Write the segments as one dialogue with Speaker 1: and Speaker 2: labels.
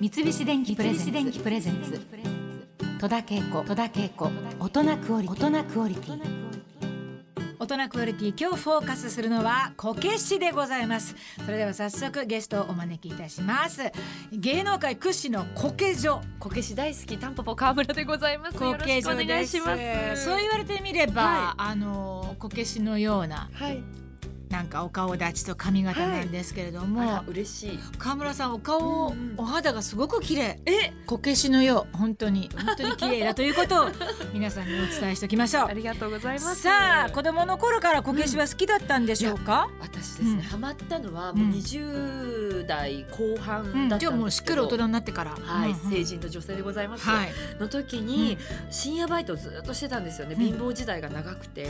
Speaker 1: 三菱電機プレゼンツ戸田恵子戸田恵子大人クオリティ大人クオリティ
Speaker 2: 大人クオリティ今日フォーカスするのはこけしでございますそれでは早速ゲストをお招きいたします芸能界屈指のこけ女
Speaker 3: こけし大好きタンポポ川村でございますよろしくお願いします
Speaker 2: そう言われてみれば、
Speaker 3: は
Speaker 2: あのこけしのような
Speaker 3: はい
Speaker 2: なんかお顔立ちと髪型なんですけれども、
Speaker 3: あら嬉しい
Speaker 2: 川村さんお顔、
Speaker 3: うんうん
Speaker 2: お肌がすごく綺麗
Speaker 3: え
Speaker 2: こけしのよう本当に本当に綺麗だということを皆さんにお伝えしておきま しょ
Speaker 3: あ
Speaker 2: う
Speaker 3: りがとうございます
Speaker 2: さあ子供の頃からこけしは好きだったんでしょうか、
Speaker 3: 私です
Speaker 2: うん
Speaker 3: ねハマったのはもううん20代後
Speaker 2: うん
Speaker 3: 半だったんですけ
Speaker 2: じ
Speaker 3: ど
Speaker 2: ゃあもうしっかり大人になってから
Speaker 3: はい
Speaker 2: うんうん
Speaker 3: 成人の女性でございます
Speaker 2: はい、
Speaker 3: の時に深夜バイトをずっとしてたんですよね
Speaker 2: うん
Speaker 3: 貧乏時代が長くて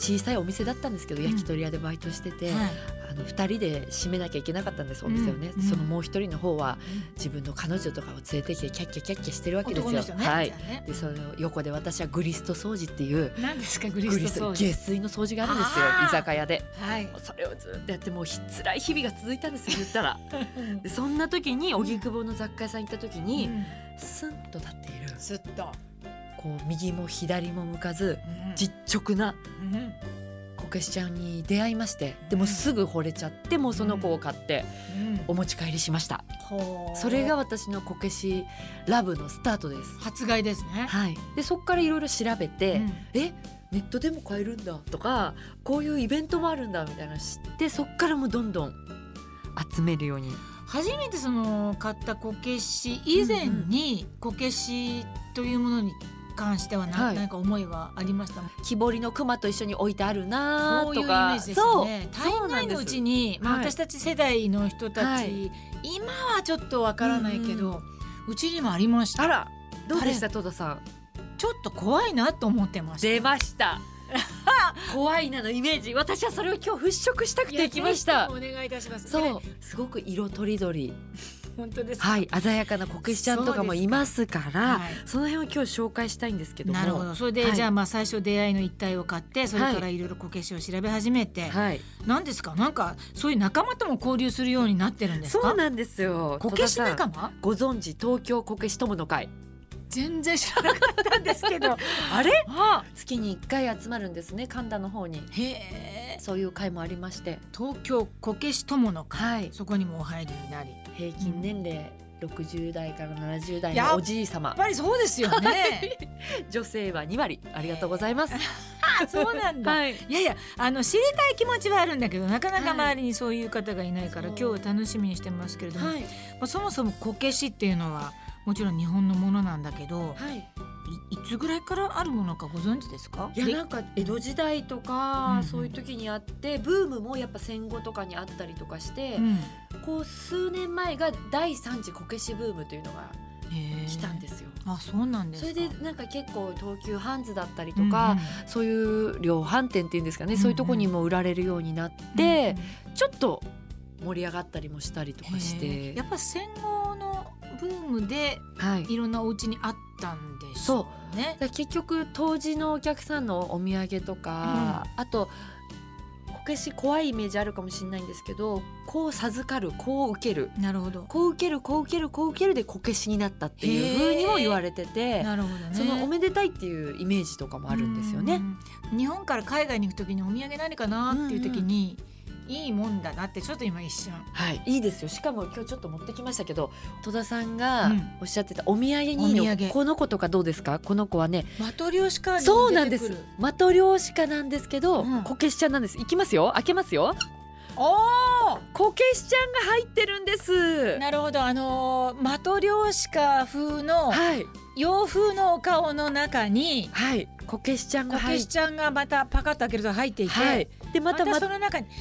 Speaker 3: 小さいお店だったんですけど
Speaker 2: ん
Speaker 3: 焼き鳥屋でバイトして
Speaker 2: は
Speaker 3: て
Speaker 2: いはい
Speaker 3: あの2人で閉めなきゃいけなかったんですお店をね、
Speaker 2: うんうん
Speaker 3: そのもう一人の方は自分の彼女とかを連れてきてキャッキャキャッキャしてるわけですよ。
Speaker 2: 男の人ね、
Speaker 3: はい
Speaker 2: じゃあね
Speaker 3: でその横で私はグリスト掃除っていう
Speaker 2: 何ですかグリ
Speaker 3: グリ
Speaker 2: ス
Speaker 3: ス
Speaker 2: ト
Speaker 3: ト
Speaker 2: 掃除
Speaker 3: 下水の掃除があるんですよ
Speaker 2: あー
Speaker 3: 居酒屋で
Speaker 2: はい
Speaker 3: それをずっとやってもうひ辛い日々が続いたんですよ言っ たらでそんな時に荻窪の雑貨屋さん行った時に、
Speaker 2: うん
Speaker 3: スンと立っている
Speaker 2: ずっと、
Speaker 3: こう右も左も向かず
Speaker 2: うん
Speaker 3: 実直な
Speaker 2: うん
Speaker 3: こけしちゃんに出会いましてでもうすぐ惚れちゃってもうその子を買って
Speaker 2: うん
Speaker 3: お持ち帰りしました
Speaker 2: ほう
Speaker 3: それが私のこけしラブのスタートです。
Speaker 2: 発害ですね。
Speaker 3: はい、でそこからいろいろ調べて、
Speaker 2: うん
Speaker 3: えネットでも買えるんだとかこういうイベントもあるんだみたいなの知ってそっからもうどんどん集めるように
Speaker 2: 初めてその買ったこけし以前にこけしというものに関しては何,、
Speaker 3: はい
Speaker 2: なんか思いはありましたもん
Speaker 3: 木彫りの熊と一緒に置いてあるな
Speaker 2: そういうイ
Speaker 3: と
Speaker 2: メー
Speaker 3: か
Speaker 2: ジですよね。
Speaker 3: そうそう
Speaker 2: 大
Speaker 3: なん
Speaker 2: 概
Speaker 3: で
Speaker 2: の
Speaker 3: す
Speaker 2: うちに、まあ、
Speaker 3: はい
Speaker 2: 私たち世代の人たち、
Speaker 3: はい
Speaker 2: 今はちょっとわからないけど、うちにもありました
Speaker 3: あらどうでした戸田さん
Speaker 2: ちょっと怖いなと思ってました。
Speaker 3: 出ました 怖いなのイメージ私はそれを今日払拭したく
Speaker 2: いや
Speaker 3: てきまし
Speaker 2: ぜひ
Speaker 3: た
Speaker 2: ともお願いいたします。
Speaker 3: そ
Speaker 2: ね
Speaker 3: うすごく色とりどり
Speaker 2: 本当ですか。
Speaker 3: はい鮮やかなこけしちゃんとかもいますからそ
Speaker 2: はい
Speaker 3: の辺を今日紹介したいんですけども
Speaker 2: なるほどそれで、
Speaker 3: はい
Speaker 2: じゃあまあ最初出会いの一体を買ってそれからいろいろこけしを調べ始めて、
Speaker 3: はい
Speaker 2: なんですかなんかそういう仲間とも交流するようになってるんですか
Speaker 3: そうなんですよ
Speaker 2: こけし
Speaker 3: 戸田
Speaker 2: 仲
Speaker 3: さん
Speaker 2: 間
Speaker 3: ご存知東京こけし友の会
Speaker 2: 全然知らなかったんですけど
Speaker 3: あれ
Speaker 2: あ
Speaker 3: 月に一回集まるんですね神田の方に
Speaker 2: へえ
Speaker 3: そういう会もありまして
Speaker 2: 東京こけし友の会、
Speaker 3: はい
Speaker 2: そこにもお入りになりやっ
Speaker 3: 平均年齢60代から70代
Speaker 2: やっ
Speaker 3: のおじい様
Speaker 2: ぱりそうですよ ね
Speaker 3: 女性は2割ありがとうございます、
Speaker 2: あ そうなんだ、い
Speaker 3: はい
Speaker 2: やいやあの知りたい気持ちはあるんだけどなかなか
Speaker 3: はい
Speaker 2: 周りにそういう方がいないから、
Speaker 3: そう
Speaker 2: 今日は楽しみにしてますけれども、
Speaker 3: はい
Speaker 2: まあ、そもそもこけしっていうのはもちろん日本のものなんだけど
Speaker 3: はい
Speaker 2: いいつぐらいからあるものかご存知ですか
Speaker 3: いや
Speaker 2: で
Speaker 3: なんか江戸時代とか、
Speaker 2: うんうん
Speaker 3: そういう時にあってブームもやっぱ戦後とかにあったりとかして、
Speaker 2: うん
Speaker 3: こう数年前が第3次こけしブームというのが
Speaker 2: へえ
Speaker 3: 来たんですよ。
Speaker 2: あそうなんです
Speaker 3: そ
Speaker 2: か
Speaker 3: れでなんか結構東急ハンズだったりとか、、そういう量販店っていうんですかね、
Speaker 2: うんうん
Speaker 3: そういうとこにも売られるようになって、ちょっと盛り上がったりもしたりと
Speaker 2: うんうん
Speaker 3: かし
Speaker 2: へえ
Speaker 3: て
Speaker 2: や、っぱ戦後のブームで
Speaker 3: はい、
Speaker 2: いろんなお家にあったんでしょうね
Speaker 3: だから結局当時のお客さんのお土産とか、あとこけし怖いイメージあるかもしれないんですけどこう授かるこう受ける
Speaker 2: なるほど
Speaker 3: こう受けるこう受けるこう受けるでこけしになったっていう風にも言われてて、
Speaker 2: なるほどね
Speaker 3: そのおめでたいっていうイメージとかもあるんですよね。
Speaker 2: うん日本から海外に行くときにお土産何かなっていうときに、いいもんだなってちょっと今一瞬
Speaker 3: はい、いいですよしかも今日ちょっと持ってきましたけど戸田さんが
Speaker 2: うん
Speaker 3: おっしゃってたお土産にいいの、
Speaker 2: お土産
Speaker 3: この子とかどうですかこの子はね
Speaker 2: マトリョーシカに出てくる
Speaker 3: そうなんですマトリョーシカなんですけど、
Speaker 2: うん
Speaker 3: こけしちゃんなんですいきますよ開けますよ
Speaker 2: おお
Speaker 3: こけしちゃんが入ってるんです。
Speaker 2: なるほどあのー、マトリョーシカ風の
Speaker 3: はい
Speaker 2: 洋風のお顔の中に
Speaker 3: はいこけしちゃん
Speaker 2: こ
Speaker 3: が入
Speaker 2: け
Speaker 3: っ
Speaker 2: しちゃんがまたパカッと開けると入っていて、
Speaker 3: はいでま
Speaker 2: ま
Speaker 3: た
Speaker 2: た
Speaker 3: ま
Speaker 2: その中にいや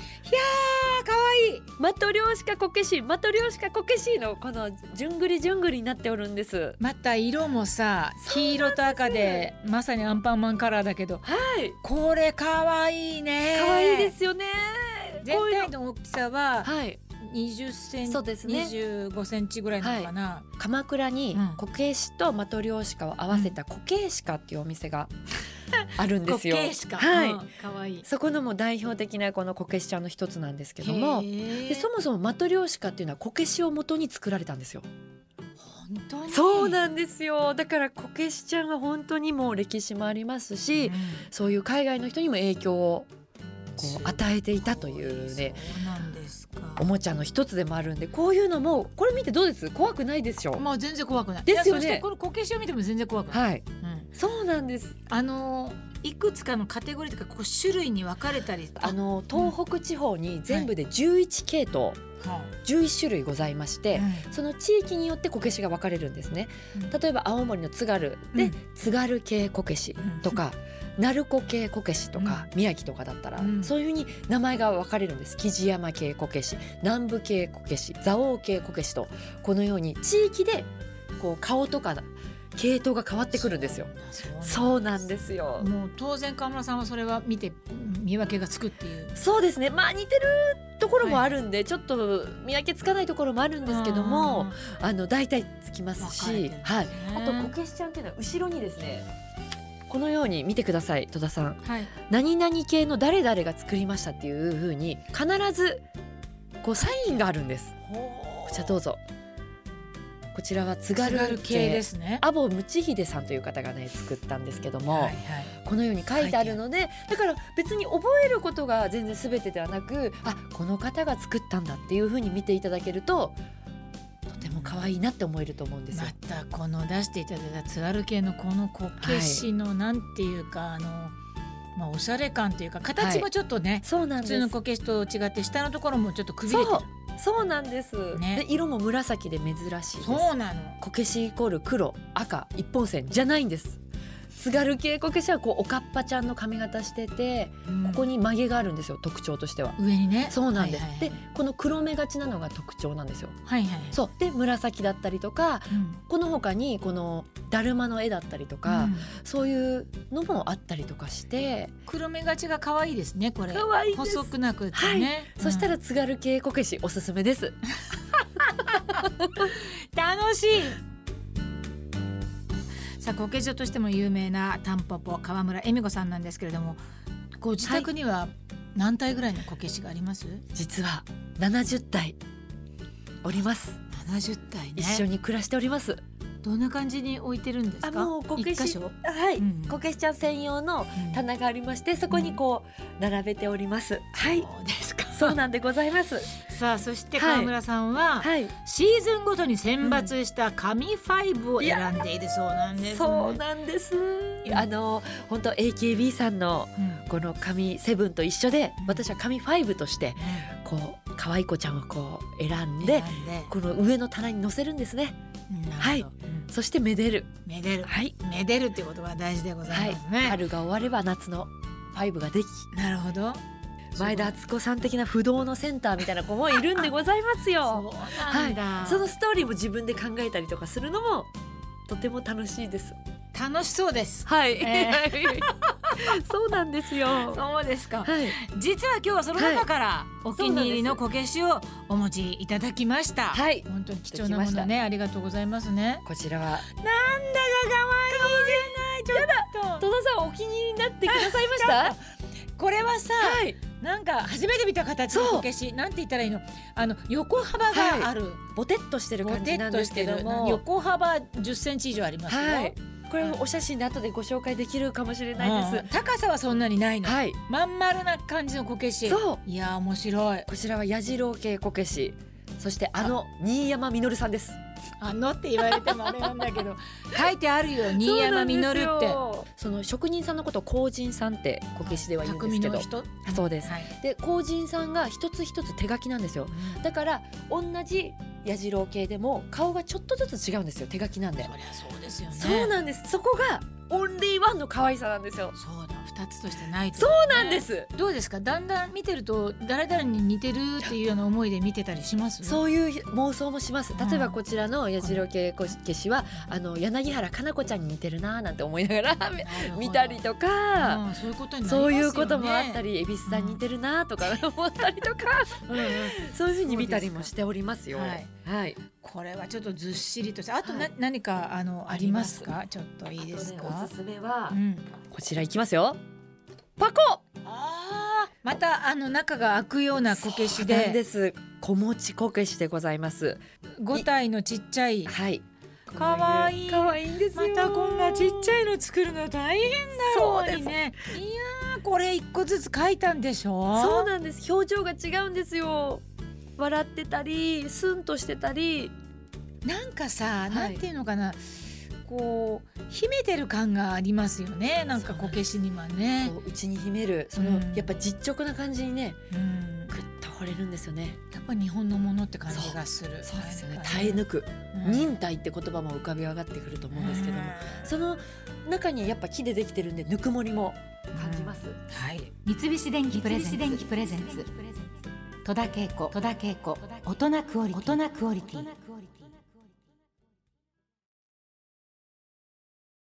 Speaker 2: ー可愛い
Speaker 3: マトリョーシカこけしマトリョーシカこけしのこのじゅんぐりじゅんぐりになっておるんです。
Speaker 2: また色もさ黄色と赤でまさにアンパンマンカラーだけど
Speaker 3: はい
Speaker 2: これ可愛いね
Speaker 3: 可愛いですよね。
Speaker 2: 全
Speaker 3: こういう
Speaker 2: 体
Speaker 3: の
Speaker 2: の大きさは
Speaker 3: はい
Speaker 2: 20センチ、
Speaker 3: そうですね
Speaker 2: 25センチぐらいなのかな、
Speaker 3: 鎌倉に
Speaker 2: うん
Speaker 3: こけしとマトリョーシカを合わせたこけしかっていうお店が あるんですよ。
Speaker 2: こけしか
Speaker 3: はい。
Speaker 2: うん可愛い
Speaker 3: そこのもう代表的なこのこけしちゃんの一つなんですけども。
Speaker 2: へー
Speaker 3: でそもそもマトリョーシカっていうのはこけしを元に作られたんですよ。
Speaker 1: 本当に
Speaker 3: そうなんですよだからこけしちゃんは本当にもう歴史もありますし、そういう海外の人にも影響をこう与えていたというね
Speaker 2: そうなんですか
Speaker 3: おもちゃの一つでもあるんでこういうのもこれ見てどうです怖くないでしょ
Speaker 2: まあ全然怖くない
Speaker 3: ですよね
Speaker 2: いやそしてこのこけしを見ても全然怖くない、
Speaker 3: はい
Speaker 2: うん
Speaker 3: そうなんです
Speaker 2: あのーいくつかのカテゴリーとかこう種類に分かれたり
Speaker 3: あの東北地方に全部で11系統、
Speaker 2: は
Speaker 3: 11種類ございまして、
Speaker 2: い
Speaker 3: その地域によってこけしが分かれるんですね
Speaker 2: うん
Speaker 3: 例えば青森の津軽
Speaker 2: う
Speaker 3: で
Speaker 2: ん
Speaker 3: 津軽系こけしとか、鳴子系こけしとか、宮城とかだったら、
Speaker 2: うん
Speaker 3: そういうふうに名前が分かれるんです木地山系こけし南部系こけし蔵王系こけしとこのように地域でこう顔とか系統が変わってくるんですよ。
Speaker 2: そう
Speaker 3: そうなんですよ、
Speaker 2: もう当然河村さんはそれは見てうん見分けがつくっていう
Speaker 3: そうですねまあ似てるところもあるんで、ちょっと見分けつかないところもあるんですけども、あの大体つきま
Speaker 2: あー分
Speaker 3: す
Speaker 2: かれてるんで
Speaker 3: し
Speaker 2: すね、
Speaker 3: はい、あとこけしちゃんっていうのは後ろにですねこのように見てください戸田さん
Speaker 2: はい
Speaker 3: 何々系の誰々が作りましたっていう風に必ずこうサインがあるんですこちらどうぞこちらは津軽
Speaker 2: 津
Speaker 3: 系
Speaker 2: 軽系ですね
Speaker 3: アボムチヒデさんという方がね作ったんですけども、
Speaker 2: はいはい
Speaker 3: このように書いてあるのでだから別に覚えることが全然全てではなくあこの方が作ったんだっていう風に見ていただけるととても可愛いなって思えると思うんですよ
Speaker 2: ま。たこの出していただいた津軽系のこのこけしのなんていうか、あのまあおしゃれ感というか形もちょっとね、
Speaker 3: そうなん
Speaker 2: 普
Speaker 3: で
Speaker 2: 通の
Speaker 3: す
Speaker 2: こけしと違って下のところもちょっとくびれて
Speaker 3: そう
Speaker 2: る
Speaker 3: そうなんです、
Speaker 2: ね
Speaker 3: で色も紫で珍しいです
Speaker 2: そうなの
Speaker 3: こけしイコール黒赤一本線じゃないんです津軽系こけしはこうおかっぱちゃんの髪型しててここ
Speaker 2: に
Speaker 3: に曲げがあるんですよ特徴としては
Speaker 2: 上にね
Speaker 3: そうなんです、
Speaker 2: はいはい
Speaker 3: でこの黒目がちなのが特徴なんですよ
Speaker 2: はいはいはい
Speaker 3: そうで紫だったりとか
Speaker 2: うん
Speaker 3: この他にこのだるまの絵だったりとか、
Speaker 2: うん
Speaker 3: そういうのもあったりとかして
Speaker 2: 黒目がちが可愛いですねこれ
Speaker 3: 可愛いです
Speaker 2: 細くなくってね、うん
Speaker 3: そしたら津軽系こけしおすすめです
Speaker 2: 楽しい さあこけ女としても有名なタンポポ川村恵美子さんなんですけれどもご自宅には何体ぐらいのこけしがあります、
Speaker 3: 実は70体おります
Speaker 2: 70体ね
Speaker 3: 一緒に暮らしております。
Speaker 2: どんな感じに置いてるんですか
Speaker 3: あもうこけし
Speaker 2: 一箇所
Speaker 3: はい
Speaker 2: うん
Speaker 3: こけしちゃん専用の
Speaker 2: うん
Speaker 3: 棚がありまして、そこにこう並べております。はい、
Speaker 2: そうですか
Speaker 3: そうなんでございます。
Speaker 2: さあそして
Speaker 3: はい
Speaker 2: 川村さんは、
Speaker 3: はい、
Speaker 2: シーズンごとに選抜した神ファイブを選んでいるそうなんです、ね、
Speaker 3: そうなんです。あの本当 AKB さんの
Speaker 2: うん、
Speaker 3: この神セブンと一緒で
Speaker 2: うん、
Speaker 3: 私は神ファイブとして
Speaker 2: ね
Speaker 3: こう可愛い子ちゃんをこう選
Speaker 2: 選
Speaker 3: んで。
Speaker 2: んで
Speaker 3: この上の棚に乗せるんですね。
Speaker 2: うんなるほど
Speaker 3: はい
Speaker 2: うん
Speaker 3: そしてめでる。
Speaker 2: めでる
Speaker 3: はい。
Speaker 2: めでるっていうことが大事でございますね、
Speaker 3: 春が終われば夏のファイブができ、
Speaker 2: なるほど
Speaker 3: 前田敦子さん的な不動のセンターみたいな子もいるんでございます
Speaker 2: そ
Speaker 3: よ。
Speaker 2: うなんだ、
Speaker 3: そのストーリーも自分で考えたりとかするのもとても楽しいです。
Speaker 2: 楽しそうです
Speaker 3: はい、
Speaker 2: え
Speaker 3: そうなんですよ。は
Speaker 2: そうですか
Speaker 3: い、
Speaker 2: 実は今日はその中からお気に入りの
Speaker 3: そ
Speaker 2: こけしをお持ちいただきました
Speaker 3: はい
Speaker 2: 本当に貴重なものねありがとうございますね
Speaker 3: こちらは
Speaker 2: なんだか可愛いじゃないちょっと
Speaker 3: 戸田さんお気に入りになってくださいました。は
Speaker 2: これはさ
Speaker 3: い、
Speaker 2: なんか初めて見た形のこけしなんて言ったらいいのあの横幅がある
Speaker 3: ボテっとしてる
Speaker 2: ボ
Speaker 3: 感
Speaker 2: テ
Speaker 3: じな
Speaker 2: ッ
Speaker 3: ん
Speaker 2: と
Speaker 3: で
Speaker 2: し
Speaker 3: す
Speaker 2: て
Speaker 3: け
Speaker 2: る
Speaker 3: ども、
Speaker 2: 横幅10センチ以上ありますよ
Speaker 3: はい、これはお写真で後でご紹介できるかもしれないで
Speaker 2: うん高さはそんなにない
Speaker 3: す。
Speaker 2: の
Speaker 3: はい、
Speaker 2: まん丸な感じのこけし
Speaker 3: そう
Speaker 2: いやー面白い
Speaker 3: こちらは矢次郎系こけし、そしてあの新山みのるさんです。
Speaker 2: あのって言われてもあれなんだけど 書いてあるよ新
Speaker 3: そうな
Speaker 2: 山
Speaker 3: んで
Speaker 2: 実
Speaker 3: す
Speaker 2: っ
Speaker 3: よ
Speaker 2: て
Speaker 3: その職人さんのことを工人さんってこけしでは言うんですけど、
Speaker 2: 匠の人
Speaker 3: あそうです
Speaker 2: はい
Speaker 3: で工人さんが一つ一つ手書きなんですよだから同じ矢次郎系でも顔がちょっとずつ違うんですよ手書きなんで、
Speaker 2: そりゃそうですよね
Speaker 3: そうなんですそこがオンリーワンの可愛さなんですよ
Speaker 2: そうだ二つとしてないと
Speaker 3: そうなんですす、
Speaker 2: どうですかだんだん見てると誰々に似てるっていうような思いで見てたりします
Speaker 3: そういう妄想もします例え
Speaker 2: う
Speaker 3: ば
Speaker 2: ん
Speaker 3: こちらの矢次郎系こけしはあの柳原加奈子ちゃんに似てるなーなんて思いながら
Speaker 2: なるほど
Speaker 3: 見たりとか、
Speaker 2: うんそういうことになりますよね
Speaker 3: そういうこともあったり、恵比寿さん似てるなーとか 思ったりとか、
Speaker 2: うんうん
Speaker 3: そういうふうに見たりもしておりますよ。
Speaker 2: そうです
Speaker 3: はい
Speaker 2: これはちょっとずっしりとしてあとな、
Speaker 3: はい
Speaker 2: 何かあのありますかちょっといいです
Speaker 3: あとね
Speaker 2: か
Speaker 3: おすすめは、
Speaker 2: うん
Speaker 3: こちらいきますよ。パコ
Speaker 2: ああまたあの中が開くようなこけし
Speaker 3: そうなん
Speaker 2: で
Speaker 3: です。小餅こけしでございます。
Speaker 2: 五体のちっちゃい
Speaker 3: はい。
Speaker 2: 可愛い
Speaker 3: 可愛いんです
Speaker 2: ま
Speaker 3: よ。
Speaker 2: たこんなちっちゃいの作るの大変だろ
Speaker 3: そう
Speaker 2: う
Speaker 3: です
Speaker 2: にねいやーこれ一個ずつ書いたんでしょ
Speaker 3: そうなんです。表情が違うんですよ。笑ってたり、スンとしてたり、
Speaker 2: なんかさ、
Speaker 3: い
Speaker 2: なんていうのかなこう秘めてる感がありますよねなんかこけしにはね
Speaker 3: こう内に秘めるそ
Speaker 2: うん
Speaker 3: のやっぱ実直な感じにね、
Speaker 2: うん
Speaker 3: ぐっと惚れるんですよね。
Speaker 2: やっぱ日本のものって感じがする
Speaker 3: そうですよね
Speaker 2: なん。か
Speaker 3: 耐え抜く、
Speaker 2: うん
Speaker 3: 忍耐って言葉も浮かび上がってくると思うんですけども、その中にやっぱ木でできてるんでぬくもりも感じます。
Speaker 2: うんはい
Speaker 1: 三菱電機プレゼンツ
Speaker 3: 三菱電
Speaker 1: 戸田恵子戸田恵子大人クオリティ大人クオリティ